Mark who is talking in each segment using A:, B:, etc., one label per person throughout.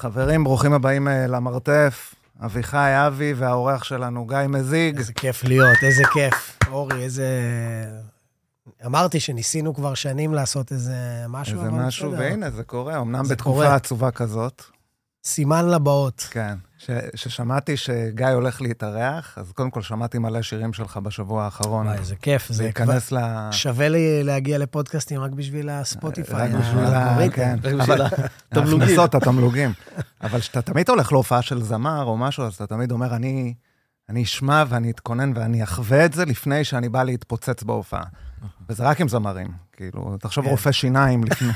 A: חברים, ברוכים הבאים אה, למרתף. אביחי אבי והאורח שלנו גיא מזיג.
B: איזה כיף להיות, איזה כיף. אורי, איזה... אמרתי שניסינו כבר שנים לעשות איזה משהו,
A: איזה
B: אבל
A: משהו,
B: בסדר.
A: והנה, זה קורה, אמנם
B: זה
A: בתקופה
B: קורה.
A: עצובה כזאת.
B: סימן לבאות.
A: כן. ששמעתי שגיא הולך להתארח, אז קודם כל שמעתי מלא שירים שלך בשבוע האחרון.
B: וואי, איזה כיף,
A: זה
B: זה כבר...
A: ייכנס נכון. ל...
B: שווה לי להגיע לפודקאסטים רק בשביל הספוטיפיי.
A: רק בשביל ה...
B: האלגוריתם.
A: כן.
C: רק
A: אבל-
C: בשביל התמלוגים.
A: ההכנסות, התמלוגים. אבל כשאתה תמיד הולך להופעה של זמר או משהו, אז אתה תמיד אומר, אני, אני אשמע ואני אתכונן ואני אחווה את זה לפני שאני בא להתפוצץ בהופעה. וזה רק עם זמרים, כאילו, תחשוב
B: כן.
A: רופא שיניים לפני.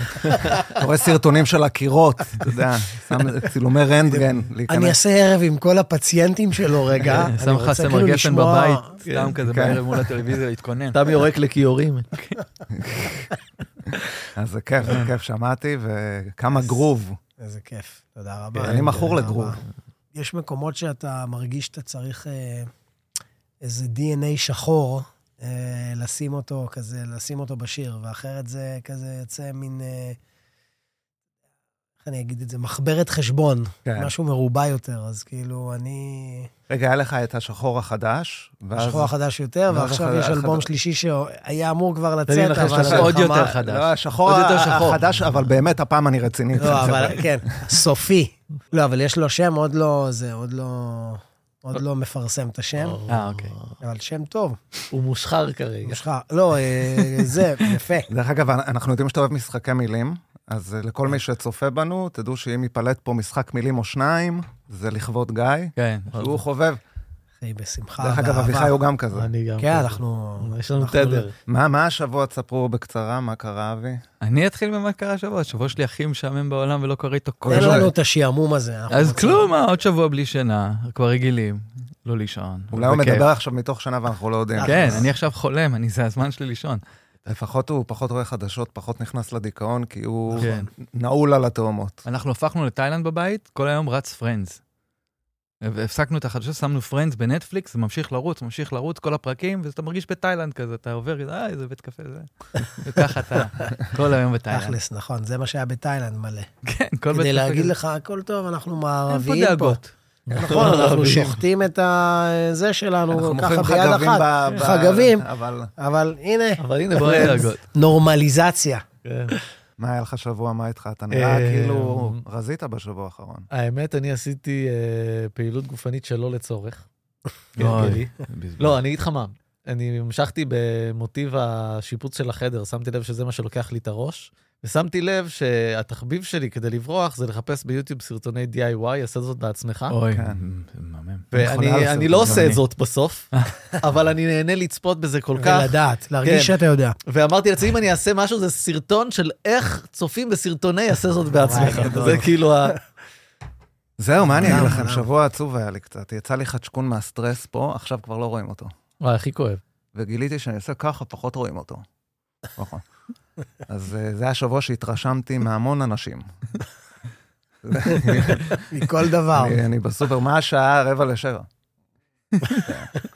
A: אתה רואה סרטונים של הקירות, אתה יודע, שם צילומי רנטגן,
B: אני
A: להיכנס.
B: אעשה ערב עם כל הפציינטים שלו רגע. אני
C: שם לך
B: רוצה
C: סמר
B: כאילו
C: גפן
B: לשמוע-
C: בבית, סתם כזה
A: כן.
C: בערב מול הטלוויזיה להתכונן.
D: אתה מיורק לכיורים.
A: אז זה כיף, זה כיף, שמעתי, וכמה גרוב.
B: איזה כיף, תודה
A: כן,
B: רבה.
A: אני מכור
B: תודה
A: לגרוב.
B: רבה. יש מקומות שאתה מרגיש שאתה צריך אה, איזה DNA שחור, אה, לשים אותו כזה, לשים אותו בשיר, ואחרת זה כזה יוצא מין, אה, איך אני אגיד את זה, מחברת חשבון,
A: כן.
B: משהו מרובע יותר, אז כאילו, אני...
A: רגע, היה לך את השחור החדש, ואז...
B: השחור החדש יותר,
A: ואז
B: ועכשיו
A: החד-
B: יש אלבום
A: החד-
B: שלישי שהיה אמור כבר
D: תן לי
B: לצאת,
D: לנחש
B: אבל...
D: שאתה
C: עוד
D: חמה-
C: יותר חדש.
A: לא, השחור
D: עוד יותר שחור.
A: החדש, אבל באמת הפעם אני רציני.
B: לא, אבל כן, סופי. לא, אבל יש לו שם, עוד לא, זה, עוד לא, עוד לא מפרסם את השם,
C: אה, אוקיי.
B: אבל שם טוב.
D: הוא מושחר כרגע.
B: יש לך, לא, אה, זה, יפה.
A: דרך אגב, אנחנו יודעים שאתה אוהב משחקי מילים, אז אה, לכל מי שצופה בנו, תדעו שאם ייפלט פה משחק מילים או שניים, זה לכבוד גיא.
C: כן.
A: הוא חובב.
B: אחי, בשמחה.
A: דרך אגב,
B: באהבה.
A: אביחי הוא גם כזה.
D: אני גם.
B: כן,
D: כזה.
B: אנחנו...
D: יש לנו
B: אנחנו-
D: תדר.
A: מה מה השבוע, תספרו בקצרה, מה קרה, אבי?
C: אני אתחיל במה קרה השבוע, השבוע שלי הכי משעמם בעולם ולא קורה איתו כל
B: תן
C: שבוע.
B: לנו את השעמום הזה. אנחנו
C: אז
B: רוצים-
C: כלום, אה, עוד שבוע בלי שינה, כבר רגילים, לא לישון.
A: אולי הוא
C: בכיף.
A: מדבר עכשיו מתוך שנה ואנחנו לא יודעים.
C: כן, אני עכשיו חולם, אני, זה הזמן שלי לישון.
A: לפחות הוא פחות רואה חדשות, פחות נכנס לדיכאון, כי הוא
C: כן.
A: נעול על התאומות.
C: אנחנו הפכנו לתאילנד בבית, כל היום רץ פרנדס. הפסקנו את החדשות, שמנו פרנדס בנטפליקס, זה ממשיך לרוץ, ממשיך לרוץ, כל הפרקים, ואתה מרגיש בתאילנד כזה, אתה עובר, כזה, אה, איזה בית קפה זה. וככה אתה, כל היום בתאילנד.
B: תכלס, נכון, זה מה שהיה בתאילנד מלא.
C: כן, כל בית
B: כדי
C: קפה
B: להגיד
C: כזה.
B: לך, הכל טוב, אנחנו
C: אין פה
B: מערביים פה.
C: דאגות.
B: נכון, אנחנו שוחטים את הזה שלנו
A: אנחנו
B: ככה
A: מוכרים
B: ביד
A: חגבים
B: אחת.
A: ב- ב-
B: חגבים.
A: אבל
B: אבל הנה,
D: אבל הנה,
C: פה אין
D: פרנדס.
C: דאגות.
B: נורמליזציה.
D: כן.
A: מה היה לך שבוע, מה איתך? אתה נראה
D: אה,
A: כאילו רזית בשבוע האחרון.
D: האמת, אני עשיתי אה, פעילות גופנית שלא לצורך.
C: אוי,
D: כהרגלי.
C: בזבוז.
D: כן, לא, אני אגיד לך מה. אני המשכתי במוטיב השיפוץ של החדר, שמתי לב שזה מה שלוקח לי את הראש, ושמתי לב שהתחביב שלי כדי לברוח זה לחפש ביוטיוב סרטוני DIY, עשה זאת בעצמך.
C: אוי,
A: כן.
C: מהמם.
A: מכונה
D: ואני
A: לסרטון,
D: אני לא
C: גם
D: עושה
C: אני.
D: את זאת בסוף, אבל אני נהנה לצפות בזה כל כך.
B: ולדעת, להרגיש
D: כן.
B: שאתה יודע.
D: ואמרתי לעצמי, אם אני אעשה משהו, זה סרטון של איך צופים בסרטוני עשה זאת בעצמך.
B: וואי, גדול.
D: זה כאילו ה...
A: זהו, מה אני אגיד
B: למה,
A: לכם?
B: למה?
A: שבוע עצוב היה לי קצת. יצא לי חדשקון מהסטרס פה, עכשיו כבר לא רואים אותו.
D: וואי, הכי כואב.
A: וגיליתי שאני עושה ככה, פחות רואים אותו. נכון. אז אה, זה היה שבוע שהתרשמתי מהמון אנשים.
B: מכל דבר.
A: אני אני בסופר, מה השעה? רבע לשבע.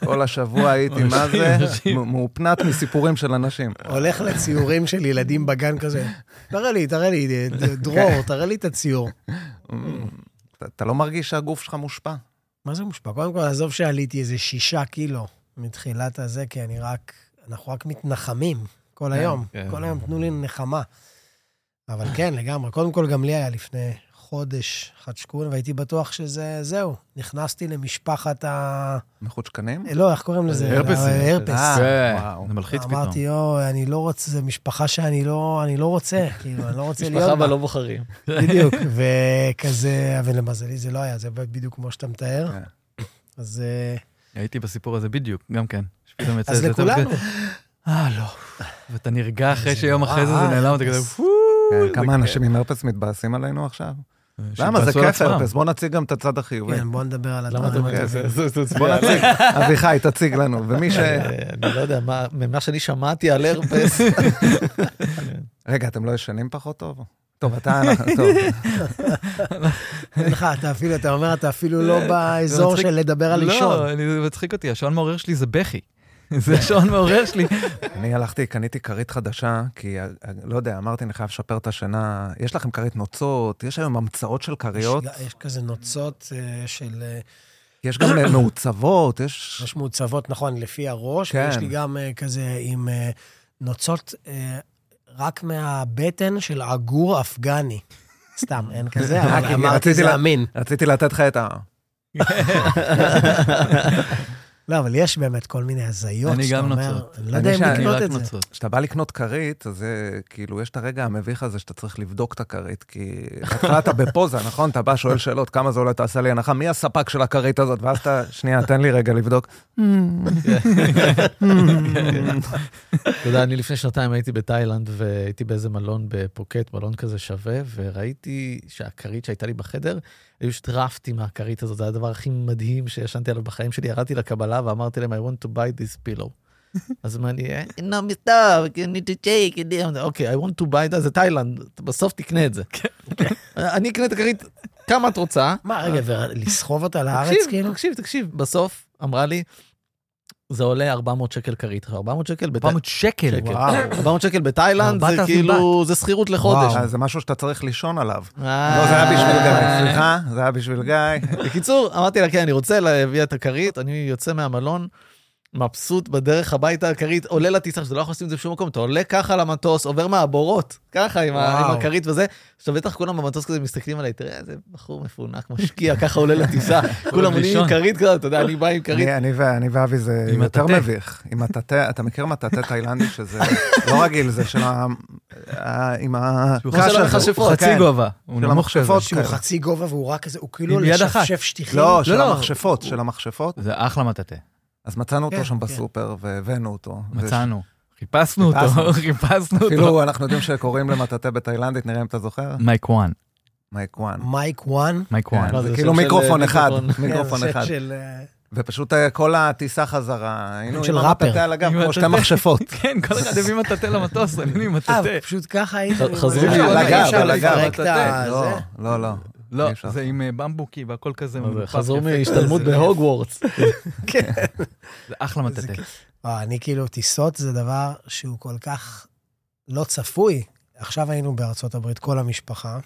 A: כל השבוע הייתי, מה זה? מ- מאופנת מסיפורים של אנשים.
B: הולך לציורים של ילדים בגן כזה. תראה לי, תראה לי, ד- ד- דרור, תראה לי את הציור.
A: אמ, אתה- אתה לא מרגיש שהגוף שלך מושפע?
B: מה זה מושפע? קודם כל, עזוב שעליתי איזה שישה קילו מתחילת הזה, כי אני רק, אנחנו רק מתנחמים כל היום.
D: כן.
B: כל היום תנו לי נחמה. אבל כן, לגמרי. קודם כל, גם לי היה לפני חודש חדשקון, והייתי בטוח שזה, זהו. נכנסתי למשפחת ה...
A: מחוצ'קנים?
B: לא, איך קוראים לזה? אה,
D: הרפסים. אה,
B: הרפס.
C: כן,
A: וואו.
C: זה מלחיץ פתאום.
B: אמרתי, יואו, אני לא רוצה, זו משפחה שאני לא, אני לא רוצה, כאילו, אני לא רוצה להיות בה.
D: משפחה בה לא בוחרים.
B: בדיוק, וכזה, אבל למזלי זה לא היה, זה בדיוק כמו שאתה מתאר.
A: כן.
B: אז אה,
C: הייתי בסיפור הזה בדיוק, גם כן. שפתאום יצא
B: אז
C: איזה-
B: לכולנו.
C: אה, לא. ואתה נרגע אחרי
B: זה
C: שיום
B: נורא,
C: אחרי זה זה
B: אה,
C: נעלם, אתה
B: זה-
C: כזה, פו,
A: כן,
C: זה
A: כמה
C: כיף.
A: אנשים עם הרפס מתבאסים עלינו עכשיו? למה? זה
C: שהתבאסו על
A: כיף
C: עצמם.
A: הרפס, בוא נציג גם את הצד החיובי.
B: כן, בוא נדבר על
D: למה אתה
B: הדברים
D: אומר את
B: הטובים.
D: זה? זה- זה- זה-
A: בוא נציג, אביחי, תציג לנו. ומי ש...
D: אה, אני לא יודע, מה- ממה שאני שמעתי על הרפס,
A: רגע, אתם לא ישנים פחות טוב? טוב, אתה... טוב,
B: אין לך, אתה אפילו, אתה אומר, אתה אפילו לא באזור
C: מצחיק.
B: של לדבר על לישון.
C: לא, אני- זה מצחיק אותי, השעון מעורר שלי זה בכי. זה שעון מעורר שלי.
A: אני הלכתי, קניתי כרית חדשה, כי אה, אה, לא יודע, אמרתי, אני חייב לשפר את השינה. יש לכם כרית נוצות, יש היום המצאות של כריות,
B: יש- יש כזה נוצות אה, של... אה,
A: יש גם מעוצבות, יש...
B: יש מעוצבות, נכון, לפי הראש,
A: כן.
B: כן. ויש לי גם אה, כזה עם אה, נוצות אה, רק מהבטן של עגור אפגני. סתם, אין כזה, אבל
A: כי
B: אמרתי
A: רציתי
B: זה
A: לה-
B: אמין.
A: רציתי לתת לך את ה...
B: לא, אבל יש באמת כל מיני הזיות.
C: אני
B: שאתה
C: גם
B: אומר,
C: נוצות.
B: אני לא
A: אני
B: יודע
A: שאני
B: אם
C: אני
B: לקנות
C: רק
B: את זה.
C: נוצות.
A: כשאתה בא לקנות כרית, אז זה כאילו, יש את הרגע המביך הזה שאתה צריך לבדוק את הכרית, כי בהתחלה אתה בפוזה, נכון? אתה בא, שואל שאלות, כמה זה עולה, תעשה לי הנחה, מי הספק של הכרית הזאת? ואז אתה, שנייה, תן לי רגע לבדוק.
D: אתה יודע, אני לפני שנתיים הייתי בתאילנד והייתי באיזה מלון בפוקט, מלון כזה שווה, וראיתי שהכרית שהייתה לי בחדר, היו שטרפתי מהכרית הזאת, זה הדבר הכי מדהים שישנתי עליו בחיים שלי. ירדתי לקבלה ואמרתי להם, I want to buy this pillow. אז מה אני, "אה, no, מסתוב, you need to take it down. אוקיי, I want to buy that, זה תאילנד, אתה בסוף תקנה את זה. אני אקנה את הכרית כמה את רוצה.
B: מה, רגע, ולסחוב אותה לארץ,
D: תקשיב,
B: כאילו?
D: תקשיב, תקשיב, בסוף אמרה לי, זה עולה 400 שקל כרית, 400 שקל בתא-
C: 400 שקל.
D: שקל.
A: וואו.
D: 400 שקל בתאילנד זה
C: 4,000
D: כאילו, זה שכירות לחודש.
A: וואו, זה משהו שאתה צריך לישון עליו.
D: אה.
A: לא, זה היה בשביל גיא, סליחה, זה היה בשביל גיא.
D: בקיצור, אמרתי לה, כן, אני רוצה להביא את הכרית, אני יוצא מהמלון, מבסוט בדרך הביתה, הכרית עולה לטיסה, שאתה לא יכול לשים את זה בשום מקום, אתה עולה ככה למטוס, עובר מהבורות, ככה עם ה-
B: וואו.
D: עם הכרית וזה. עכשיו בטח כולם במטוס כזה מסתכלים עליי, תראה, איזה בחור מפונק, משקיע, ככה עולה לטיסה, כולם עולים עם
C: לישון.
D: כרית כזאת, אתה יודע, אני בא עם כרית.
A: אני- אני ו- אני ואבי זה
C: עם
A: יותר
C: מטאטא.
A: מביך. עם מטאטא, אתה מכיר מטאטא תאילנדי שזה לא רגיל, זה של ה... ה- עם ה...
C: שהוא
A: קש
D: חושב על
A: הזה.
D: המכשפות,
C: הוא
A: כן.
C: חצי גובה. הוא
A: של
C: נמוך כזה.
A: המכשפות.
B: שהוא
A: כאלה.
B: חצי גובה והוא רק כזה, הוא כאילו
C: עם יד אחת.
B: לשפשף שטיחים.
A: לא, של
C: לא.
A: המכשפות, של המכשפות.
C: זה אחלה מטאטא.
A: אז מצאנו
B: כן,
A: אותו שם
B: כן.
A: בסופר והבאנו אותו.
C: מצאנו. חיפשנו אותו,
A: חיפשנו.
C: חיפשנו אותו.
A: אפילו אנחנו יודעים שקוראים למטאטא בתאילנדית, נראה אם אתה זוכר,
C: מייק וואן,
A: מייק וואן.
B: מייק וואן.
C: מייק וואן.
D: לא,
A: זה
D: זה
A: כאילו
D: שם של,
A: מיקרופון
D: אה,
A: אחד,
D: מיקרופון.
A: מיקרופון
B: כן, זה
A: אחד.
B: של, אה,
A: ופשוט אה, כל הטיסה חזרה, היינו
B: של
A: עם
B: ראפר.
A: המטאטא על הגב,
C: עם
A: כמו שתי
C: המטאטא.
A: מכשפות.
C: כן, כל אחד הביא מטאטא למטוס, אני עם
B: אה,
C: מטאטא.
B: פשוט ככה הייתם.
D: ח- חזרו
B: אי
D: לי
B: אפשר-
D: על
B: אי
D: הגב,
B: אפשר
D: על הגב,
B: לפרק את
C: אתה-
B: ה-
A: לא,
B: אה, זה.
A: לא, לא.
C: לא,
A: אי אפשר.
C: זה עם אה, במבוקי והכל כזה. מנופח
D: חזרו
C: יפה.
D: מהשתלמות
C: זה-
D: בהוגוורטס.
B: כן.
C: זה אחלה
B: זה
C: מטאטא.
B: וואי, אני כאילו, טיסות זה דבר שהוא כל כך לא צפוי. עכשיו היינו בארצות הברית, כל המשפחה.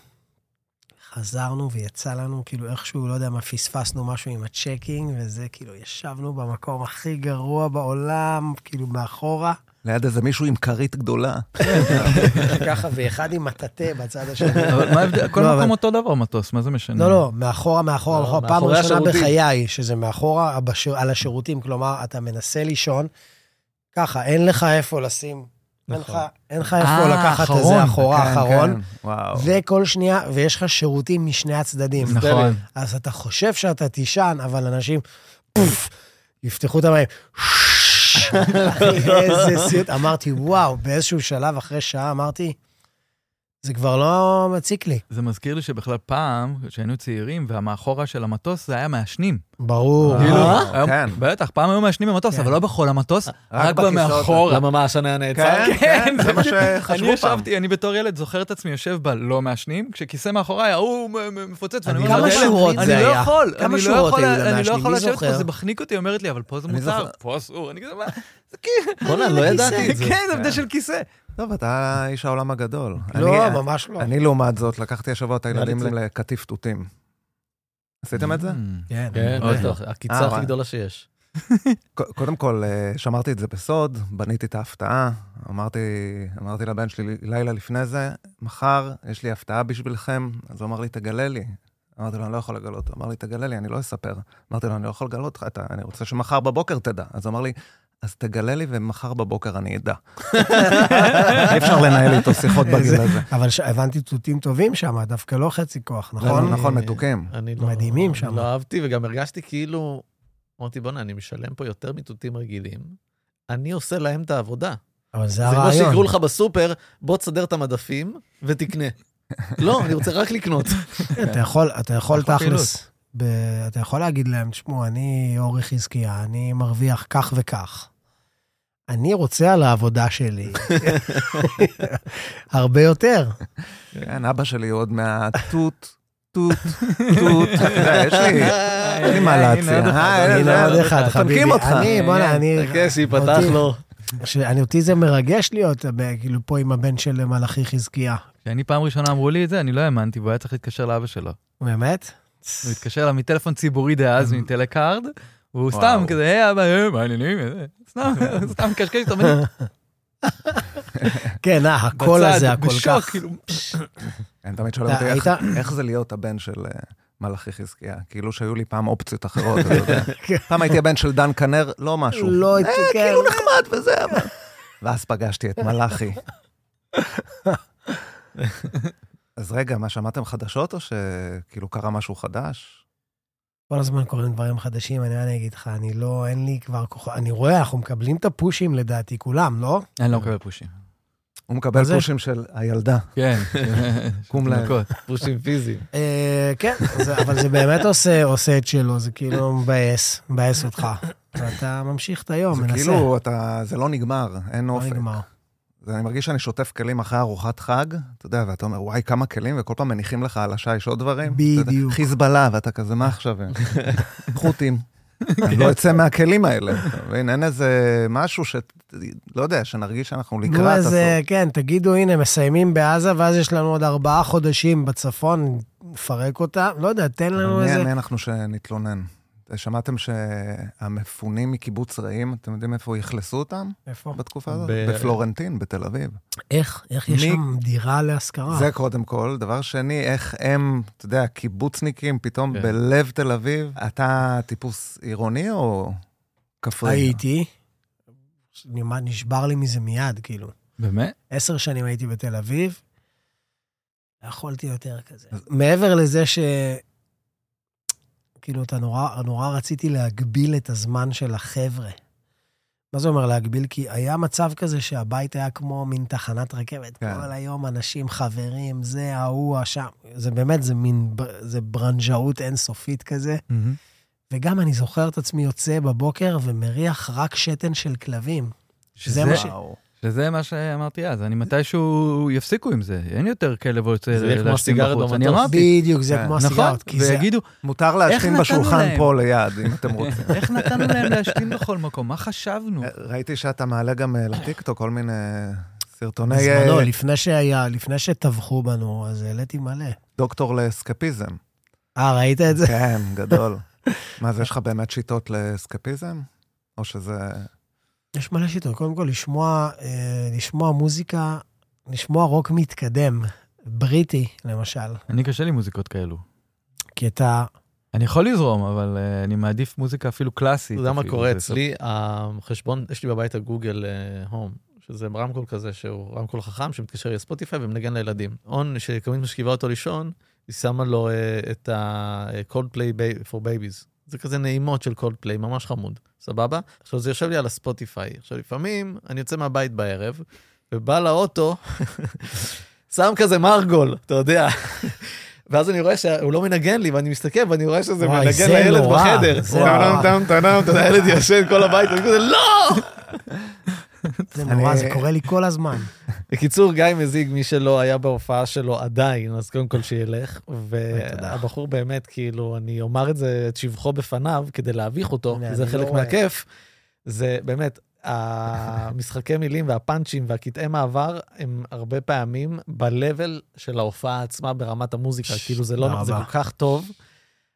B: חזרנו ויצא לנו, כאילו איכשהו, לא יודע מה, פספסנו משהו עם הצ'קינג, וזה כאילו, ישבנו במקום הכי גרוע בעולם, כאילו מאחורה,
A: ליד איזה מישהו עם כרית גדולה.
B: ככה, ואחד עם מטאטא בצד השני.
C: אבל מה ההבדל? כל
B: לא,
C: מקום
B: אבל-
C: אותו דבר מטוס, מה זה משנה?
B: לא, לא, מאחורה, מאחורה,
D: לא,
B: מאחורה. פעם
D: מאחורי
B: ראשונה
D: השירותים.
B: בחיי, שזה מאחורה בש- על השירותים, כלומר, אתה מנסה לישון, ככה, אין לך איפה לשים, אין
D: נכון.
B: לך- אין לך איפה
C: אה,
B: לקחת את
C: אחרון.
B: זה אחורה,
A: כן,
B: אחרון,
A: כן, וואו.
B: וכל שנייה, ויש לך שירותים משני הצדדים.
C: נכון.
B: אז אתה חושב שאתה תישן, אבל אנשים, פוף, יפתחו את המים. שש, אחי, איזה סיוט. אמרתי, וואו, באיזשהו שלב, אחרי שעה, אמרתי, זה כבר לא מציק לי.
C: זה מזכיר לי שבכלל פעם, כשהיינו צעירים, והמאחורה של המטוס זה היה מעשנים.
B: ברור.
C: כאילו,
A: אה,
C: היום-
A: כן.
C: בטח, פעם היו מעשנים במטוס,
B: כן.
C: אבל לא בכל המטוס, רק
A: בכיסאות.
C: במאחורה.
D: למה מה, השנה היה נעצר?
A: כן, כן, זה מה שחשבו
C: אני
A: פעם.
C: ישבתי, אני בתור ילד זוכר את עצמי יושב בלא מעשנים, כשכיסא מאחוריי, ההוא מ- מ- מפוצץ, ואני אומר,
B: כמה
C: לילד,
B: שורות
C: אני
B: זה
C: לא
B: היה?
C: יכול,
B: כמה
C: אני לא
B: שורות
C: יכול,
B: היו
C: אני לא
B: למעשנים?
C: יכול
B: מי
C: לשבת פה,
B: זוכר?
C: זה מחניק אותי, אומרת לי, אבל פה זה
A: אני
C: מותר,
A: זוכר.
C: פה אסור, אני כזה, מה? זה
D: בואנה, לא ידעתי את זה.
C: כאילו, כן, זה הבדל של כיסא.
A: טוב, אתה איש העולם הגדול.
B: לא,
A: אני-
B: ממש לא.
A: אני, לעומת זאת, לקחתי השבוע את הילדים
D: נראה לי
A: לקטיף תותים. עשיתם
C: Mm.
A: את זה?
B: כן,
D: כן,
C: אוקיי.
D: בטח,
A: אה,
D: הקיצה
A: וואי.
D: הכי גדולה שיש.
A: ק- קודם כל, אה, שמרתי את זה בסוד, בניתי את ההפתעה. אמרתי, אמרתי לבן שלי לילה לפני זה, מחר יש לי הפתעה בשבילכם. אז הוא אמר לי, תגלה לי. אמרתי לו, אני לא יכול לגלות. הוא אמר לי, תגלה לי, אני לא אספר. אמרתי לו, אני לא יכול לגלות אותך, אתה- אני רוצה שמחר בבוקר תדע. אז הוא אמר לי, אז תגלה לי ומחר בבוקר אני אדע. אי אפשר לנהל איתו שיחות בגיל
B: איזה-
A: הזה.
B: אבל ש- הבנתי תותים טובים שם, דווקא לא חצי כוח, נכון?
A: נכון, נכון, מתוקים.
D: אני לא...
B: מדהימים
D: אני
B: שם.
D: לא אהבתי, וגם הרגשתי כאילו... אמרתי, בואנה, אני משלם פה יותר מתותים רגילים, אני עושה להם את העבודה.
B: אבל זה
D: זה כמו
B: הרעיון.
D: שיקראו לך בסופר, בוא תסדר את המדפים ותקנה. לא, אני רוצה רק לקנות.
B: אתה יכול, אתה יכול
C: אחלה
B: תכלס, ב- אתה יכול להגיד להם, תשמעו, אני אורי חזקיה, אני מרוויח כך וכך. אני רוצה על העבודה שלי הרבה יותר.
A: כן, אבא שלי הוא עוד מהתות טוט, טוט. אתה יודע, יש לי אין לי מה להציע. אה, אין,
B: הנה
A: אין,
B: עוד אחד, חביבי.
A: חונקים אותך.
B: לא
A: כן,
B: אני, בוא'נה, אני...
D: חכה שיפתח
B: אותי-
D: לו.
B: שאני- אותי זה מרגש להיות, ב- כאילו, פה עם הבן של מלאכי חזקיה.
C: כשאני פעם ראשונה אמרו לי את זה, אני לא האמנתי, והוא היה צריך להתקשר לאבא שלו.
B: באמת?
C: הוא התקשר אליו מטלפון ציבורי דאז, מטלקארד, והוא סתם כזה, היי אבא, היי, מה העניינים? אה, סתם, סתם מקשקש, אתה אומר,
B: כן, אה, הקול
C: בצד,
B: הזה, הכל
C: בשוק,
B: כך.
C: כאילו,
A: אני תמיד שואל
B: אתה
A: אותי, איך-
B: היית-
A: איך זה להיות הבן של אה, מלאכי חזקיה? כאילו שהיו לי פעם אופציות אחרות, אתה יודע. פעם הייתי הבן של דן כנר, לא משהו.
B: כן. לא,
A: אה,
B: כן.
A: כאילו נחמד וזה, אבל... ואז פגשתי את מלאכי. אז רגע, מה, שמעתם חדשות או שכאילו קרה משהו חדש?
B: כל הזמן קורים דברים חדשים, אני מה אני אגיד לך, אני לא, אין לי כבר כוח, אני רואה, אנחנו מקבלים את הפושים לדעתי, כולם, לא?
C: אני לא מקבל פושים.
A: הוא מקבל
B: זה?
A: פושים של הילדה.
C: כן,
A: קום להם.
C: תינוקות.
D: פושים פיזיים.
B: אה, כן, זה- אבל זה באמת עושה, עושה את שלו, זה כאילו מבאס, מבאס אותך. ואתה ממשיך את היום,
A: זה
B: מנסה.
A: כאילו, אתה, זה לא נגמר, אין
B: לא
A: אופק.
B: נגמר.
A: זה- אני מרגיש שאני שוטף כלים אחרי ארוחת חג, אתה יודע, ואתה אומר, וואי, כמה כלים, וכל פעם מניחים לך על השיש עוד דברים. אתה יודע,
B: בדיוק.
A: חיזבאללה, ואתה כזה, מה עכשיו? הם?" חות'ים. אני לא אצא מהכלים האלה, אתה מבין? אין איזה משהו ש... לא יודע, שנרגיש שאנחנו
B: נו,
A: לקראת
B: אז,
A: הסוף.
B: אה, כן, תגידו, הנה, מסיימים בעזה, ואז יש לנו עוד ארבעה חודשים בצפון, נפרק אותה. לא יודע, תן לנו איזה...
A: מעניין, אה. מי אנחנו שנתלונן. שמעתם שהמפונים מקיבוץ רעים, אתם יודעים איפה יאכלסו אותם
B: איפה?
A: בתקופה הזאת?
D: ב-
A: בפלורנטין, בתל אביב.
B: איך? איך יש
A: מי-
B: שם דירה
C: אה.
B: להשכרה?
A: זה קודם כל. דבר שני, איך הם, אתה יודע, קיבוצניקים, פתאום
C: כן.
A: בלב תל אביב. אתה טיפוס עירוני או כפרי?
B: הייתי. נשמע- נשבר לי מזה מיד, כאילו.
C: באמת?
B: עשר שנים הייתי בתל אביב, לא יכולתי יותר כזה. מעבר לזה ש... כאילו, אתה נורא, נורא רציתי להגביל את הזמן של החבר'ה. מה זה אומר להגביל? כי היה מצב כזה שהבית היה כמו מין תחנת רכבת.
A: כן.
B: כל היום אנשים, חברים, זה, ההוא, השם. זה באמת, זה מין, בר- זה ברנז'אות אינסופית כזה. וגם אני זוכר את עצמי יוצא בבוקר ומריח רק שתן של כלבים. שזה מה ש-
A: וואו.
C: שזה מה שאמרתי אז, אני מתישהו יפסיקו עם זה, אין יותר כלב או יוצא
D: זה יהיה כמו
C: להשתין
D: הסיגריות
C: בחוץ. אני
D: במטוס.
C: אמרתי,
B: בדיוק, זה
A: כן.
B: כמו
C: נכון,
B: הסיגרות. כי זה-
C: ויגידו,
A: מותר להשתין
C: נתנו
A: בשולחן
C: להם?
A: פה ליד, אם אתם רוצים. אה.
C: איך נתנו להם להשתין בכל מקום? מה חשבנו?
A: ראיתי שאתה מעלה גם אה, לטיקטוק כל מיני סרטוני
B: בזמנו,
A: אה,
B: לפני שהיה, לפני שטבחו בנו, אז העליתי מלא.
A: דוקטור לאסקפיזם.
B: אה, ראית את זה?
A: כן, גדול. מה, אז יש לך באמת שיטות לאסקפיזם? או שזה...
B: יש מלא שיטות. קודם כל, לשמוע, אה, לשמוע מוזיקה, לשמוע רוק מתקדם, בריטי, למשל.
C: אני קשה לי מוזיקות כאלו.
B: כי אתה...
C: אני יכול לזרום, אבל אה, אני מעדיף מוזיקה אפילו קלאסית.
D: אתה יודע מה
C: אפילו,
D: קורה
C: זה
D: אצלי? החשבון, יש לי בבית הגוגל אה, הום, שזה רמקול כזה שהוא רמקול חכם שמתקשר לספוטיפיי ומנגן לילדים. און, שכמובן משכיבה אותו לישון, היא שמה לו אה, את ה-cold play for babies. זה כזה נעימות של cold play, ממש חמוד, סבבה? עכשיו זה יושב לי על הספוטיפיי. עכשיו לפעמים אני יוצא מהבית בערב, ובא לאוטו, שם כזה מרגול, אתה יודע. ואז אני רואה שהוא לא מנגן לי, ואני מסתכל ואני רואה שזה
B: וואי,
D: מנגן
B: זה
D: לילד
B: נורא,
D: בחדר.
B: זה נורא.
D: טאנם, טאנם, טאנם, אתה יודע, הילד ישן כל הבית, ואני כזה, לא!
B: זה נורא,
A: אני-
B: זה קורה לי כל הזמן.
D: בקיצור, גיא מזיג, מי שלא היה בהופעה שלו עדיין, אז קודם כל שילך. והבחור באמת, כאילו, אני אומר את זה, את שבחו בפניו, כדי להביך אותו,
B: הנה,
D: כי זה
B: אני
D: חלק
B: לא רואה.
D: מהכיף. זה באמת, המשחקי מילים והפאנצ'ים והקטעי מעבר, הם הרבה פעמים ב-level של ההופעה עצמה ברמת המוזיקה,
B: ש-
D: כאילו זה לא,
B: תודה
D: זה
B: רבה.
D: כל כך טוב.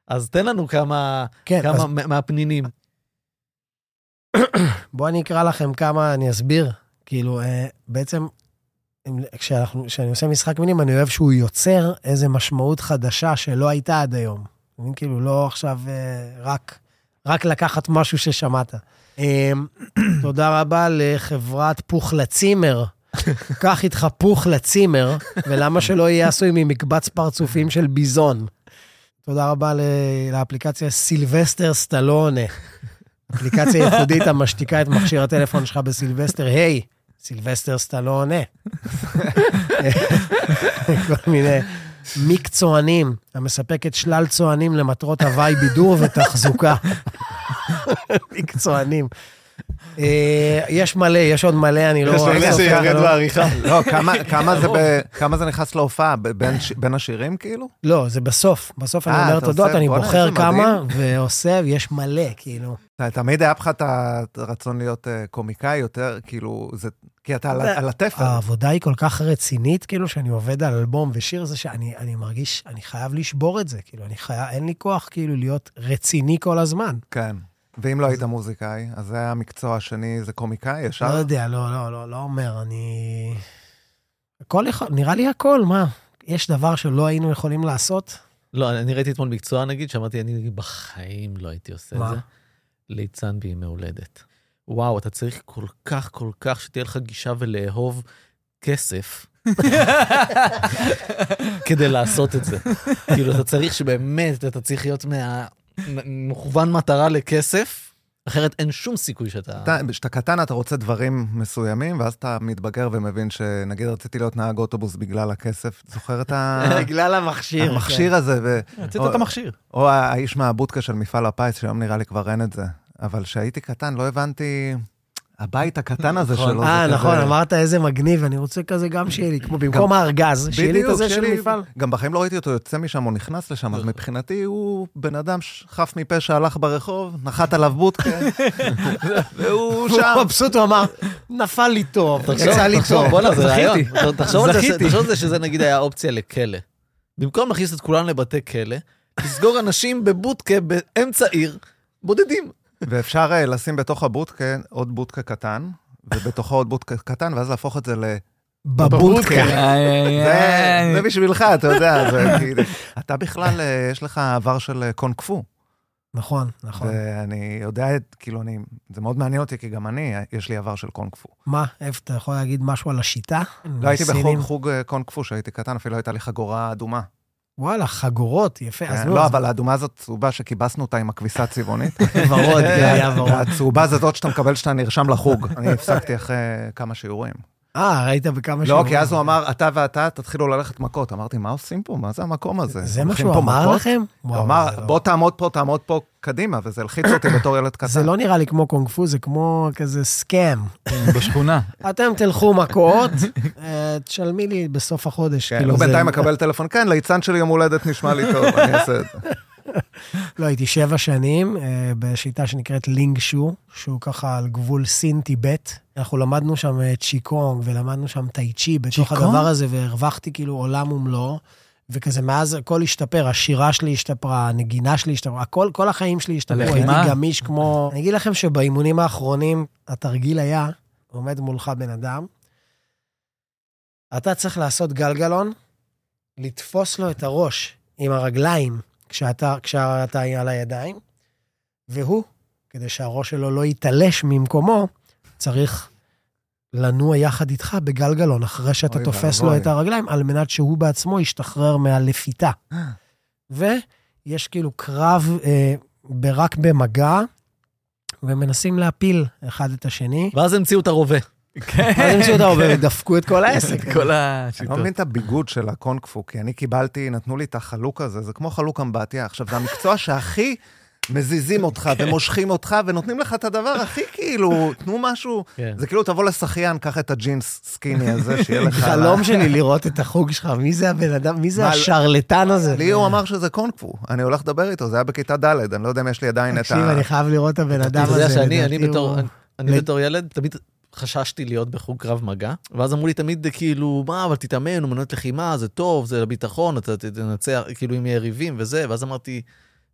D: אז תן לנו כמה,
B: כן, אז
D: כמה מה- מהפנינים.
B: בואו אני אקרא לכם כמה, אני אסביר. כאילו, אה, בעצם, אם- כשאנחנו- כשאני עושה משחק מילים, אני אוהב שהוא יוצר איזו משמעות חדשה שלא הייתה עד היום. אני כאילו, לא עכשיו אה, רק, רק לקחת משהו ששמעת. אה, תודה רבה לחברת פוך לצימר. קח איתך פוך לצימר, ולמה שלא יהיה עשוי ממקבץ פרצופים של ביזון. תודה רבה ל- לאפליקציה סילבסטר סטלונה. אפליקציה ייחודית המשתיקה את מכשיר הטלפון שלך בסילבסטר, היי, סילבסטר שאתה לא עונה. כל מיני מקצוענים, המספקת שלל צוענים למטרות הוואי בידור ותחזוקה. מקצוענים. אה, יש מלא, יש עוד מלא, אני לא...
A: יש
B: אחשוף
A: מלא
B: אותך,
A: שירד
B: לא-
D: בעריכה.
A: לא, כמה- כמה זה ב- כמה זה נכנס להופעה? ב- בין ש- בין השירים, כאילו?
B: לא, זה בסוף. בסוף אני
A: אה,
B: אומר
A: אתה
B: תודות,
A: עושה-
B: אני
A: בואנה,
B: בוחר
A: איזה
B: כמה ועושה, ויש מלא, כאילו.
A: אתה- תמיד היה לך את הרצון להיות אה, קומיקאי יותר, כאילו, זה... כי אתה על ה-
B: זה- אה.
A: על התפר.
B: העבודה היא כל כך רצינית, כאילו, שאני עובד על אלבום ושיר זה שאני אני מרגיש, אני חייב לשבור את זה, כאילו, אני חייב, אין לי כוח כאילו להיות רציני כל הזמן.
A: כן. ואם לא היית מוזיקאי, אז זה היה המקצוע השני, זה קומיקאי
B: לא
A: ישר?
B: יודע, לא, לא, לא, לא אומר, אני... הכל יכול, נראה לי הכל, מה? יש דבר שלא היינו יכולים לעשות?
D: לא, אני- אני ראיתי אתמול מקצוע, נגיד, שאמרתי, אני בחיים לא הייתי עושה את
B: מה?
D: זה. ליצן בימי הולדת. וואו, אתה צריך כל כך, כל כך, שתהיה לך גישה ולאהוב כסף. כדי לעשות את זה. כאילו, אתה צריך שבאמת, אתה צריך להיות מה... מכוון מטרה לכסף, אחרת אין שום סיכוי שאתה...
A: אתה- כשאתה קטן אתה רוצה דברים מסוימים, ואז אתה מתבגר ומבין שנגיד רציתי להיות נהג אוטובוס בגלל הכסף. זוכר את ה-
B: בגלל אה. המכשיר.
A: אה, המכשיר כן. הזה? ו-
C: רצית
A: או-
C: את המכשיר.
A: או האיש מהבודקה של מפעל הפיס, שהיום נראה לי כבר אין את זה. אבל כשהייתי קטן לא הבנתי... הבית הקטן הזה
D: נכון.
A: שלו. לא זה
B: אה,
A: כזה-
B: נכון, אמרת איזה מגניב, אני רוצה כזה גם שיהיה לי, כמו במקום הארגז, שיהיה לי את
A: בדיוק,
B: הזה
A: שיהיה
B: של
A: לי-
B: מפעל. לא.
A: גם בחיים לא ראיתי אותו יוצא משם או נכנס לשם, אז מבחינתי הוא בן אדם ש- חף מפשע הלך ברחוב, נחת עליו בודקה, והוא
B: הוא
A: שם.
B: מבסוט, הוא אמר, נפל לי טוב,
D: תחשוב,
B: יצא לי
D: לא, תחשוב,
B: טוב.
D: בואנה, זה רעיון.
C: זכיתי.
D: ת- תחשוב על זה ש-
C: זכיתי.
D: תחשוב על זה שזה נגיד היה אופציה לכלא. במקום להכניס את כולם לבתי כלא, לסגור אנשים בבודקה באמצע עיר, בודדים.
A: ואפשר אה, לשים בתוך הבודקה עוד בודקה קטן, ובתוכו עוד בודקה קטן, ואז להפוך את זה ל...
C: כן.
B: בבודקה. אה.
A: זה- זה בשבילך, אתה יודע, זה כאילו... אתה בכלל, אה, יש לך עבר של אה, קונג פו.
B: נכון, נכון.
A: ואני יודע, את- כאילו, אני... זה מאוד מעניין אותי, כי גם אני, אה, יש לי עבר של קונג פו.
B: מה, איפה אתה יכול להגיד משהו על השיטה?
A: לא הייתי
B: סינים.
A: בחוג אה, קונג פו, כשהייתי קטן, אפילו הייתה לי חגורה אדומה.
B: וואלה, חגורות, יפה. אז
A: כן,
B: נו,
A: לא,
B: אז-
A: אבל האדומה זאת צהובה שכיבסנו אותה עם הכביסה הצבעונית.
B: ורוד, היה ורוד.
A: הצהובה זה זאת שאתה מקבל כשאתה נרשם לחוג. אני הפסקתי אחרי כמה שיעורים.
B: אה, ראית בכמה
A: לא, כי אז הוא אמר, אתה ואתה תתחילו ללכת מכות. אמרתי, מה עושים פה? מה זה המקום הזה?
B: זה מה
A: הולכים
B: שהוא
A: פה
B: אמר
A: מכות?"
B: לכם?
A: הוא
B: וואו,
A: אמר,
B: זה לא-
A: בוא תעמוד פה, תעמוד פה קדימה, וזה הלחיץ אותי בתור ילד קטן.
B: זה לא נראה לי כמו קונג פו, זה כמו כזה סקאם.
C: בשכונה.
B: אתם תלכו מכות, אה, תשלמי לי בסוף החודש.
A: כן,
B: כאילו,
A: הוא
B: זה-
A: בינתיים מקבל טלפון, כן, ליצן שלי יום הולדת נשמע לי טוב, אני אעשה את זה.
B: לא, הייתי שבע שנים אה, בשיטה שנקראת לינג שו, שהוא ככה על גבול סין-טיבט. אנחנו למדנו שם אה, צ'יקונג ולמדנו שם טאי צ'י בתוך
C: צ'יקונג?
B: הדבר הזה, והרווחתי כאילו עולם ומלואו. וכזה, מאז הכל השתפר, השירה שלי השתפרה, הנגינה שלי השתפרה, הכל, כל החיים שלי השתפרו, הייתי
C: הלחימה?
B: גמיש כמו... אני אגיד לכם שבאימונים האחרונים, התרגיל היה, עומד מולך בן אדם, אתה צריך לעשות גלגלון, לתפוס לו את הראש עם הרגליים כשאתה, כשאתה על הידיים, והוא, כדי שהראש שלו לא ייתלש ממקומו, צריך לנוע יחד איתך בגלגלון, אחרי שאתה
A: אוי
B: תופס לו
A: ואבוי.
B: את הרגליים, על מנת שהוא בעצמו ישתחרר מהלפיתה.
A: אה.
B: ויש כאילו קרב אה, רק במגע, ומנסים להפיל אחד את השני.
D: ואז המציאו את הרובה.
C: כן.
B: אז המציאו את ההווה, דפקו את כל העסק.
C: כל
A: אני לא
C: השיטות.
A: מבין את הביגוד של הקונג פו, כי אני קיבלתי, נתנו לי את החלוק הזה, זה כמו חלוק אמבטיה. עכשיו, זה המקצוע שהכי מזיזים אותך ומושכים אותך ונותנים לך את הדבר הכי כאילו, תנו משהו.
D: כן.
A: זה כאילו, תבוא לשחיין, קח את הג'ינס סקיני הזה, שיהיה לך...
B: חלום שלי לראות את החוג שלך, מי זה הבן אדם, מי זה
A: מה, לא-
B: השרלטן הזה?
A: לי הוא אמר שזה קונג פו, אני הולך לדבר איתו, זה היה בכיתה ד', אני לא יודע אם יש לי עדיין את ה...
B: תקשיב, אני חייב לראות את הבן אדם
D: אתה
B: הזה.
D: יודע שאני
B: לדעתי
D: אני בתור-
B: הוא-
D: אני- אני
B: ל-
D: בתור ילד תמיד חששתי להיות בחוג קרב מגע, ואז אמרו לי תמיד כאילו, מה, אבל תתאמן, אומנות לחימה, זה טוב, זה לביטחון, אתה ת- תנצח, כאילו עם יריבים וזה, ואז אמרתי,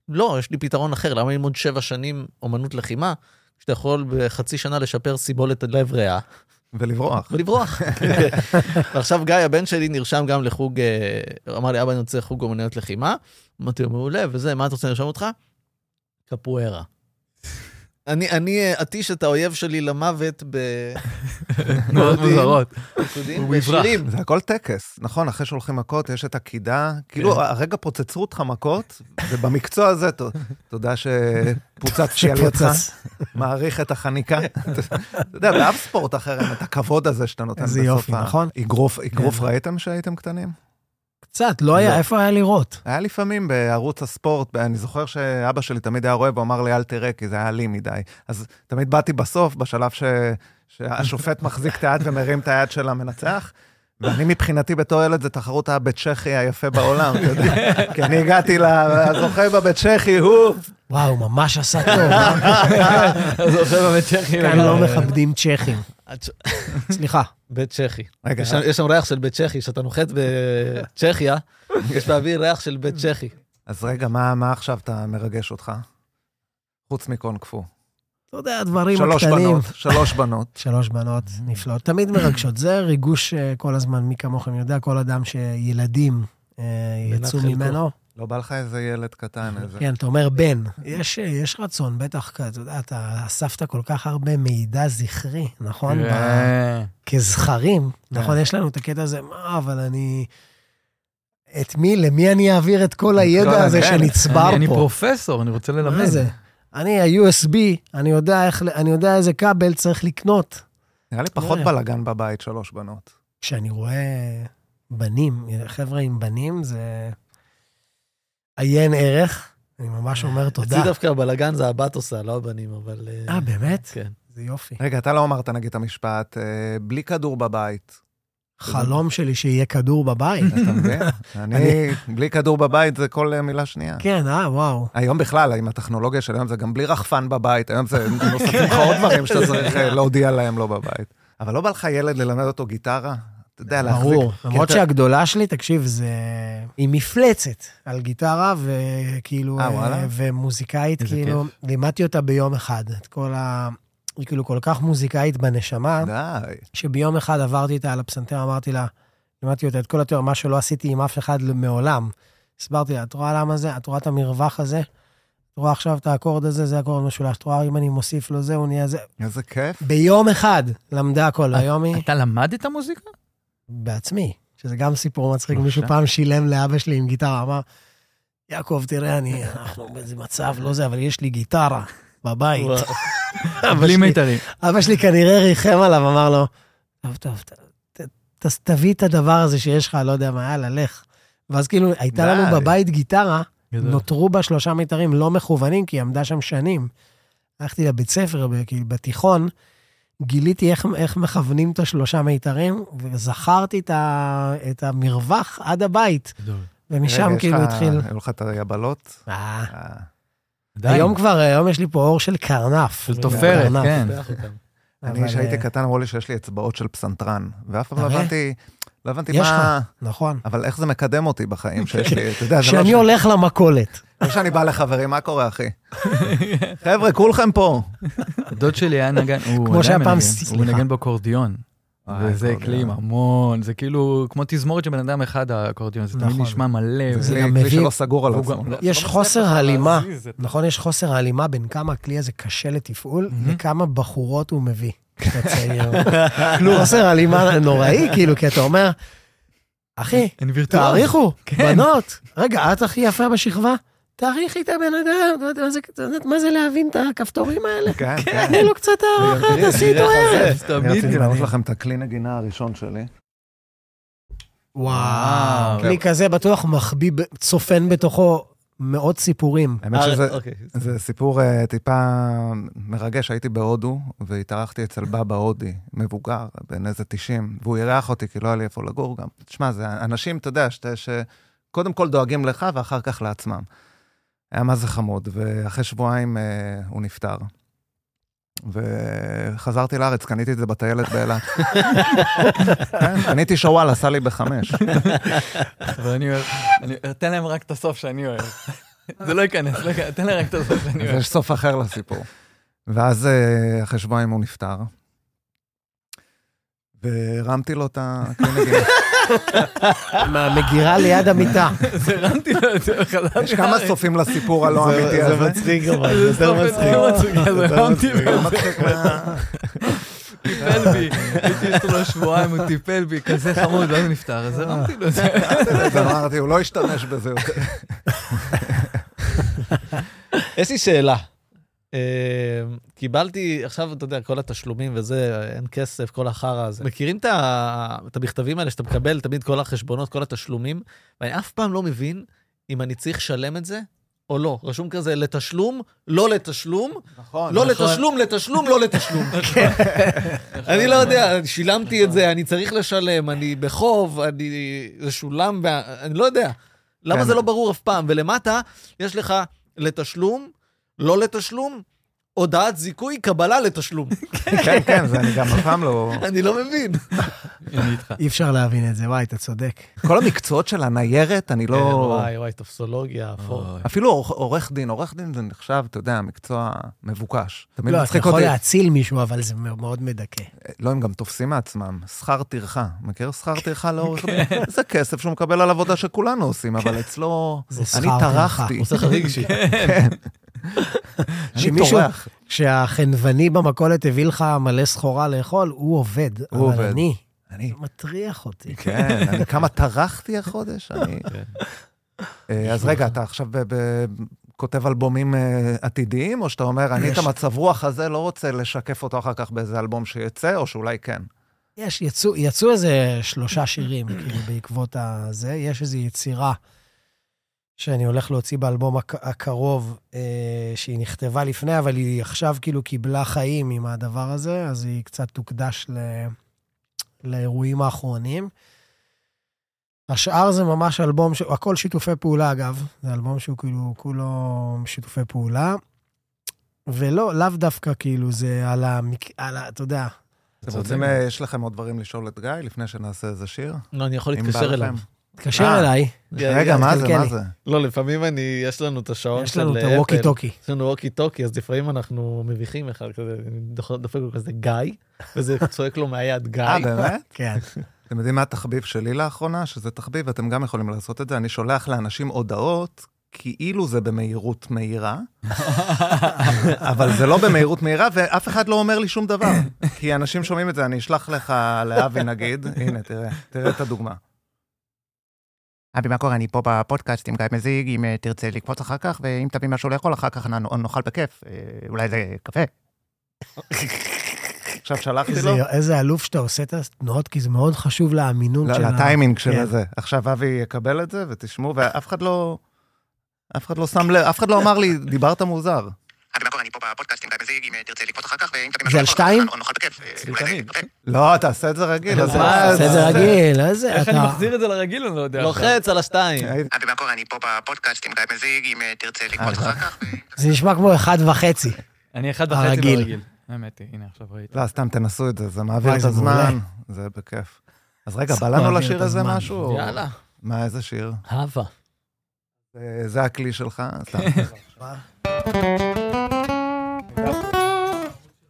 D: לא, יש לי פתרון אחר, למה ללמוד שבע שנים אומנות לחימה? שאתה יכול בחצי שנה לשפר סיבולת לב ריאה
A: ולברוח.
D: ולברוח. ועכשיו גיא, הבן שלי, נרשם גם לחוג, אה, אמר לי, אבא, אני רוצה חוג אומנויות לחימה. אמרתי לו, מעולה, וזה, מה אתה רוצה לרשום אותך? קפוארה. אני, אני אה, אתיש את האויב שלי למוות ב...
C: מאוד מוזרות.
D: ריקודים
C: ובמזרח.
D: ושירים.
A: זה הכל טקס, נכון? אחרי שהולכים מכות, יש את הקידה. כאילו, הרגע פוצצו אותך מכות, ובמקצוע הזה, ת- תודה שפוצצתי על ידך.
B: שפוצץ.
A: מעריך את החניקה. אתה יודע, באף ספורט אחר אין את הכבוד הזה שאתה נותן בסוף.
B: איזה יופי,
A: ה-
B: נכון?
A: אגרוף, אגרוף ראיתם שהייתם קטנים?
B: קצת, לא היה, איפה היה לראות?
A: היה לפעמים בערוץ הספורט, אני זוכר שאבא שלי תמיד היה רואה ואמר לי, אל תראה, כי זה היה לי מדי. אז תמיד באתי בסוף, בשלב ש... שהשופט מחזיק את היד ומרים את היד של המנצח. ואני מבחינתי בתור ילד, זו תחרות הבית צ'כי היפה בעולם, אתה יודע. כי אני הגעתי לזוכה בבית צ'כי, הוא...
B: וואו, ממש עשה
D: כן,
B: טוב. אה?
D: אז עושה באמת
C: כן.
D: צ'כי.
C: כאילו.
B: כאן לא
D: אה.
B: מכבדים צ'כים. סליחה.
D: בית צ'כי.
A: רגע,
D: יש שם- יש שם ריח של בית צ'כי, כשאתה נוחת בצ'כיה, יש באוויר ריח של בית צ'כי.
A: אז רגע, מה מה עכשיו אתה מרגש אותך? חוץ מקונג פו.
B: אתה יודע, הדברים
A: שלוש
B: הקטנים.
A: בנות, שלוש בנות.
B: שלוש בנות נפלאות, תמיד מרגשות. זה ריגוש אה, כל הזמן, מי כמוכם יודע, כל אדם שילדים אה,
D: מנת
B: יצאו
D: חלקו.
B: ממנו.
A: לא בא לך איזה ילד קטן, איזה...
B: כן, אתה אומר בן. יש, אה, יש רצון, בטח, כ- אתה יודע, אתה אספת כל כך הרבה מידע זכרי, נכון?
D: כן,
B: ב-
C: אה,
B: כזכרים, נכון? יש לנו את הקטע הזה, מה, אבל אני... את מי, למי אני אעביר את כל הידע הזה
A: כן.
B: שנצבר
C: אני- אני
B: פה?
C: פרופסור, אני רוצה ללמד.
B: מה זה? אני ה-USB, אני יודע איך, ל- אני יודע איזה כבל צריך לקנות.
A: נראה לי פחות
B: לא.
A: בלאגן בבית, שלוש בנות.
B: כשאני רואה בנים, חבר'ה עם בנים, זה עיין ערך. אני ממש אומר
D: אצלי
B: תודה.
D: דווקא הבלגן זה הבת עושה, לא הבנים, אבל...
B: אה, באמת?
D: כן.
B: זה יופי.
A: רגע, אתה לא אמרת נגיד את המשפט, אה, בלי כדור בבית.
B: חלום שלי שיהיה כדור בבית.
A: אתה מבין? אני, בלי כדור בבית זה כל אה, מילה שנייה.
B: כן, אה, וואו.
A: היום בכלל, עם הטכנולוגיה של היום, זה גם בלי רחפן בבית, היום זה נוספים לך
B: כן.
A: עוד דברים שאתה צריך אה, להודיע להם לא בבית. אבל לא בא לך ילד ללמד אותו גיטרה? אתה יודע, להחזיק...
B: ברור.
A: כי
B: למרות
A: אתה-
B: שהגדולה שלי, תקשיב, זה... היא מפלצת על גיטרה, וכאילו...
A: אה, וואלה?
B: ומוזיקאית,
C: איזה
B: כאילו... לימדתי אותה ביום אחד. את כל ה... היא כאילו כל כך מוזיקאית בנשמה.
A: די.
B: שביום אחד עברתי איתה על הפסנתר, אמרתי לה, לימדתי אותה את כל התואר, מה שלא עשיתי עם אף אחד מעולם. הסברתי לה, את רואה למה זה? את רואה את המרווח הזה? את רואה עכשיו את האקורד הזה, זה אקורד משולש. את רואה אם אני מוסיף לו זה, הוא נהיה זה.
A: איזה כיף.
B: ביום אחד למדה הכל, והיום היא
C: אתה למדת מוזיקה?
B: בעצמי, שזה גם סיפור מצחיק.
C: בבקשה.
B: מישהו פעם שילם לאבא שלי עם גיטרה, אמר, יעקב, תראה, אני, אנחנו באיזה מצב, לא זה, אבל יש לי גיטרה בבית.
D: וואו.
B: אבא
C: בלי
B: שלי-
C: מיתרים.
B: אבא שלי כנראה ריחם עליו, אמר לו, טוב, טוב, ת, ת, ת, תביא את הדבר הזה שיש לך, לא יודע מה, יאללה, לך. ואז כאילו, הייתה
A: די.
B: לנו בבית גיטרה,
C: גדול.
B: נותרו בה שלושה מיתרים לא מכוונים, כי היא עמדה שם שנים. הלכתי לבית ספר, ב- כאילו, בתיכון, גיליתי איך, איך מכוונים את השלושה מיתרים, וזכרתי את, ה, את המרווח עד הבית,
C: גדול.
B: ומשם
A: רגע, יש
B: כאילו
A: לך-
B: התחיל...
A: היו לך את היבלות?
B: אה,
A: אה,
C: עדיין.
B: היום כבר, היום יש לי פה אור של קרנף.
C: של תופרת,
B: קרנף,
C: כן.
D: פתח אותם.
A: אני,
B: אבל,
A: כשהייתי
B: אה,
A: קטן, אמרו לי שיש לי אצבעות של פסנתרן, ואף פעם לא
B: אתה רואה?
A: הבנתי, לא הבנתי
B: יש
A: מה...
B: נכון.
A: אבל איך זה מקדם אותי בחיים שיש לי, אתה יודע, זה לא
B: כשאני
A: ש-
B: הולך למכולת,
A: לא שאני בא לחברים, מה קורה, אחי? חבר'ה, כולכם פה.
C: דוד שלי היה נגן, הוא
B: כמו שהיה
C: עדיין
B: פעם,
C: מנגן, הוא
B: סליחה.
C: נגן באקורדיון.
A: וואי,
C: וזה
A: אקורדיון.
C: כלים המון, זה כאילו כמו תזמורת של בן אדם אחד, האקורדיון, זה תמיד
B: נכון.
C: נשמע מלא.
B: זה
A: זה
B: גם
A: כלי
B: מביא-
A: שלא סגור על
C: והוא
A: עצמו.
C: גם לא-
B: יש
C: לא מצליח
B: חוסר
C: לך
B: הלימה.
C: להזיז את-
B: נכון, יש חוסר ההלימה בין כמה הכלי הזה קשה לתפעול
C: מהמם.
B: וכמה בחורות הוא מביא. כשאתה צעיר.
A: לא.
B: נו, חוסר הלימה נוראי, כאילו, כי אתה אומר, אחי,
C: אין וירטואל.
B: תעריכו,
C: כן.
B: בנות, רגע, את הכי יפה בשכבה? תעריכי את הבן אדם, אתה יודע מה זה- אתה יודעת מה זה להבין את הכפתורים האלה?
A: כן, כן.
B: תני לו קצת הערכה, תעשי איתו ערב.
A: אני
C: תמיד אה,
A: רציתי להראות
C: גננים.
A: לכם את הכלי נגינה הראשון שלי.
C: לא-
B: וואו. כלי כזה בטוח מחביא, ב- צופן בתוכו מאות סיפורים.
A: האמת שזה
D: אה, אוקיי.
A: זה סיפור אה, טיפה מרגש. הייתי בהודו, והתארחתי אצל בבא הודי, מבוגר, בן איזה 90, והוא אירח אותי כי לא היה לי איפה לגור גם. תשמע, זה אנשים, אתה יודע, שאתה- שקודם כל דואגים לך ואחר כך לעצמם. היה מה זה חמוד, ואחרי שבועיים אה, הוא נפטר. וחזרתי לארץ, קניתי את זה בטיילת באילת. כן, קניתי שוואל, עשה לי בחמש.
C: כן, אבל אני אוהב, אני- תן להם רק את הסוף שאני אוהב. זה לא ייכנס, לא ייכנס, תן להם רק את הסוף שאני
A: אז
C: אוהב.
A: יש סוף אחר לסיפור. ואז אה, אחרי שבועיים הוא נפטר, והרמתי לו את כן, הקלינגים.
B: מהמגירה ליד המיטה.
C: אז הרמתי לו את זה בחלל.
A: יש כמה סופים לסיפור הלא אמיתי
D: זה
A: הזה.
D: מצחיק אבל, זה יותר
C: לא
D: מצחיק.
C: אז
D: יותר
C: הרמתי
D: מצחיק.
C: לו
A: זה
C: את
A: מצחיק
C: זה.
A: מה-
C: טיפל בי, הייתי אצלו שבועיים, הוא טיפל בי, כזה חמוד, ואז הוא נפטר, אז הרמתי לו את זה.
A: אז אמרתי, הוא לא ישתמש בזה יותר.
D: יש לי שאלה. אה, קיבלתי, עכשיו, אתה יודע, כל התשלומים וזה, אין כסף, כל החרא הזה. מכירים את ה- את המכתבים האלה שאתה מקבל, תמיד כל החשבונות, כל התשלומים, ואני אף פעם לא מבין אם אני צריך לשלם את זה או לא. רשום כזה לתשלום, לא לתשלום,
A: נכון.
D: לא לתשלום, לתשלום, לא לתשלום. אני לא יודע, שילמתי את זה, אני צריך לשלם, אני בחוב, אני... זה שולם, וה- אני לא יודע. למה
A: כן.
D: זה לא ברור אף פעם? ולמטה יש לך לתשלום, לא לתשלום, הודעת זיכוי, קבלה לתשלום.
A: כן, כן, זה אני גם אף פעם לא...
D: אני לא מבין.
C: אני איתך.
B: אי אפשר להבין את זה, וואי, אתה צודק.
A: כל המקצועות של הניירת, אני לא...
D: כן, וואי, וואי, טופסולוגיה, אפור.
C: אוי.
A: אפילו עורך- עורך דין, עורך דין זה נחשב, אתה יודע, מקצוע מבוקש. תמיד
B: לא, אתה
A: מצחיק
B: יכול
A: אותי,
B: להציל מישהו, אבל זה מאוד מדכא.
A: לא, הם גם תופסים מעצמם, שכר טרחה. מכיר שכר טרחה לעורך דין? זה כסף שהוא מקבל על עבודה שכולנו עושים, אבל אצלו...
B: זה שכר
A: אני
B: טרחה.
A: טרחתי.
D: עושה חריג שיט.
A: כן. אני
B: שמישהו-
A: טורח.
B: כשהחנווני במכולת הביא לך מלא סחורה לאכול, הוא עובד.
A: הוא
B: אבל
A: עובד.
B: אני,
A: אני...
B: זה מטריח אותי.
A: כן, אני כמה טרחתי החודש, אני...
D: כן.
A: אה, אז רגע, אתה עכשיו ב- ב- כותב אלבומים אה, עתידיים, או שאתה אומר, אני את
B: יש.
A: המצב רוח הזה לא רוצה לשקף אותו אחר כך באיזה אלבום שיצא, או שאולי כן.
B: יש, יצאו, יצאו איזה שלושה שירים, כאילו, בעקבות הזה. יש איזו יצירה שאני הולך להוציא באלבום הק- הקרוב, אה, שהיא נכתבה לפני, אבל היא עכשיו כאילו קיבלה חיים עם הדבר הזה, אז היא קצת תוקדש ל... לאירועים האחרונים. השאר זה ממש אלבום, ש... הכל שיתופי פעולה אגב, זה אלבום שהוא כאילו כולו שיתופי פעולה. ולא, לאו דווקא כאילו זה על ה... על ה... אתה יודע,
A: אתם רוצים, אה, יש לכם עוד דברים לשאול את גיא לפני שנעשה איזה שיר?
D: לא, אני יכול
A: אם בא
D: להתקשר
A: לכם.
D: אליו.
B: תתקשר
A: אה.
B: אליי.
A: רגע, מה זה, מה
B: תקלקל
A: זה?
D: לא, לפעמים אני, יש לנו את השעון
B: יש
D: של אה,
B: לנו את
D: אפל.
B: הווקי טוקי.
D: יש לנו ווקי טוקי, אז לפעמים אנחנו מביכים אחד כזה, אני דופק דופק לו כזה גיא, וזה צועק לו מהיד גיא.
A: אה, באמת?
B: כן.
A: אתם יודעים מה התחביב שלי לאחרונה? שזה תחביב, אתם גם יכולים לעשות את זה. אני שולח לאנשים הודעות. כאילו זה במהירות מהירה, אבל זה לא במהירות מהירה, ואף אחד לא אומר לי שום דבר. כי אנשים שומעים את זה, אני אשלח לך לאבי נגיד, הנה, תראה, תראה את הדוגמה.
E: אבי, מה קורה? אני פה בפודקאסט עם גיא מזיג, אם אה, תרצה לקפוץ אחר כך, ואם תביא משהו לאכול אחר כך נ- נאכל בכיף, אה, אולי זה קפה.
A: עכשיו שלחתי
B: איזה-
A: לו,
B: איזה אלוף שאתה עושה את התנועות, כי זה מאוד חשוב לאמינות של
A: לא,
B: ה...
A: לטיימינג של
B: כן.
A: הזה. עכשיו אבי יקבל את זה, ותשמעו, ואף אחד לא... אף אחד לא שם לב, אף אחד לא אמר לי, דיברת מוזר.
E: אבי, מה קורה? אני פה בפודקאסט עם גיא מזיג, אם תרצה לקפוץ אחר כך, ואם תביא
B: משהו על לאכול אחר כך שתיים?
E: נאכל בכיף,
C: אצלי אולי זה תמיד. קפה.
A: לא, תעשה את זה רגיל. אז-
C: מה
B: זה זה רגיל, איזה...
C: איך אני
B: אתה-
C: מחזיר את זה לרגיל? אני לא יודע.
D: לוחץ על השתיים.
A: אה,
E: אבי, מה קורה? אני פה בפודקאסט עם גיא מזיג, אם אה, תרצה
A: לקפוץ אחר
E: כך.
B: זה נשמע כמו אחד וחצי.
C: אני אחד וחצי
B: הרגיל.
C: ברגיל. האמת היא, הנה עכשיו ראיתי.
A: לא, סתם תנסו את זה, זה מעביר
B: וואי,
A: את
B: זה
A: הזמן,
B: מעולה.
A: זה בכיף. אז רגע,
B: זה
A: בא לנו
B: מעביר את
A: לשיר איזה
B: הזמן.
A: משהו? או-
D: יאללה.
A: מה, איזה שיר?
D: הווה.
A: אה, זה הכלי שלך? סתם.
B: כן.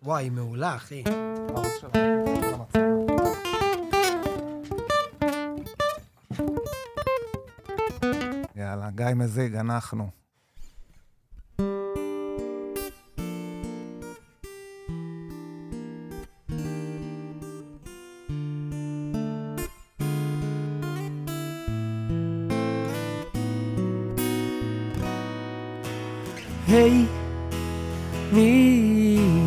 B: וואי, מעולה, אחי.
A: יאללה, גיא מזיג, אנחנו.
B: היי, מי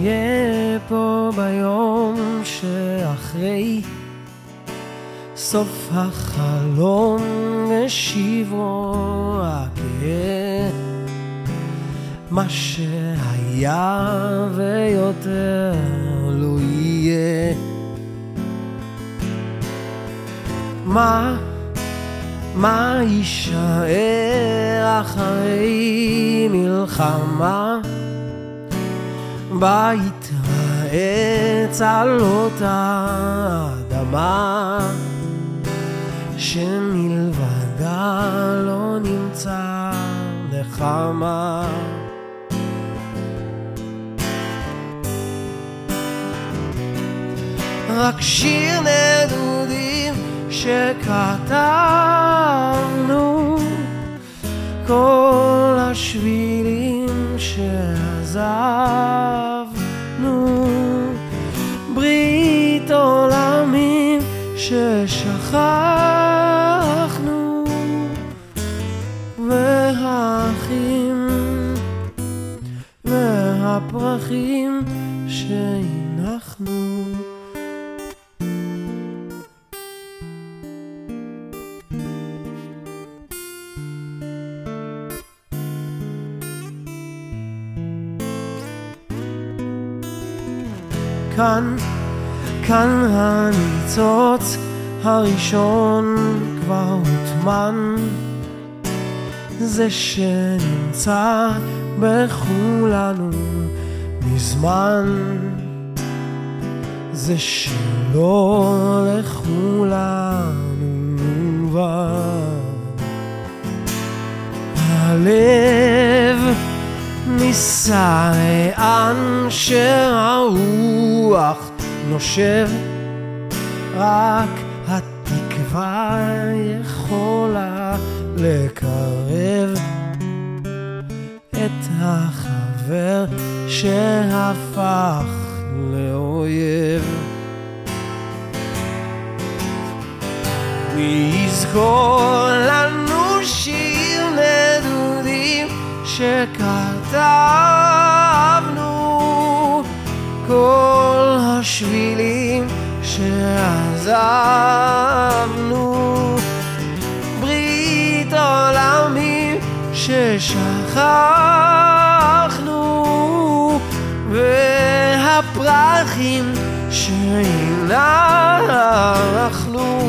B: יהיה פה ביום שאחרי סוף החלום ושברו הכאב? מה שהיה ויותר לא יהיה. מה מה יישאר אחרי מלחמה? בה יתרעץ על אותה אדמה שמלבדה לא נמצא נחמה. רק שיר נדודים שכתבנו כל השבילים שעזבנו ברית עולמים ששכחנו והאחים והאחים הפרחים שהנחנו. כאן, כאן הניצוץ הראשון כבר הוטמן. זה שנמצא בכולנו מזמן. זה שלא לכולנו מובן. הלב נישא לאן שהרוח נושב, רק התקווה יכולה לקרב את החבר שהפך לאויב. ויזכור לנו שיר נדודים שכתבנו כל השבילים שעזבנו ברית עולמים ששכחנו והפרחים שהנחנו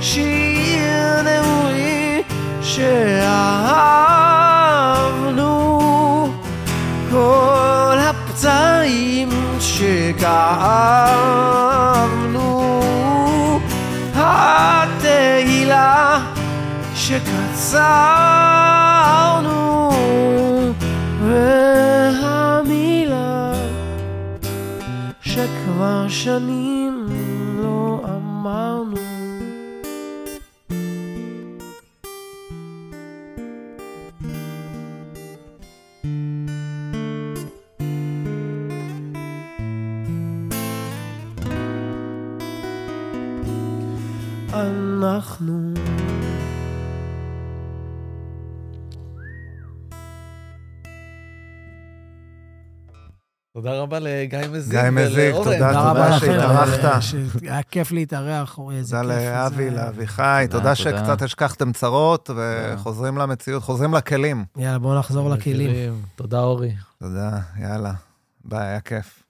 B: שיר נעורי שאהבנו כל הפצעים שכאבנו התהילה שקצרנו והמילה שכבר שנים לא אמרנו אנחנו.
D: תודה רבה לגיא מזיג
A: גיא מזיג,
D: ולאורן.
A: תודה, תודה רבה
B: לכם,
A: שהתארחת.
B: אה, שהיה כיף להתארח, אורי, איזה
A: תודה
B: כיף.
A: לאבי,
B: איזה-
A: לאביחי,
C: תודה.
A: תודה שקצת השכחתם צרות וחוזרים למציאות, חוזרים לכלים.
B: יאללה, בואו נחזור לכלים.
D: תודה, אורי.
A: תודה, יאללה. ביי, היה כיף.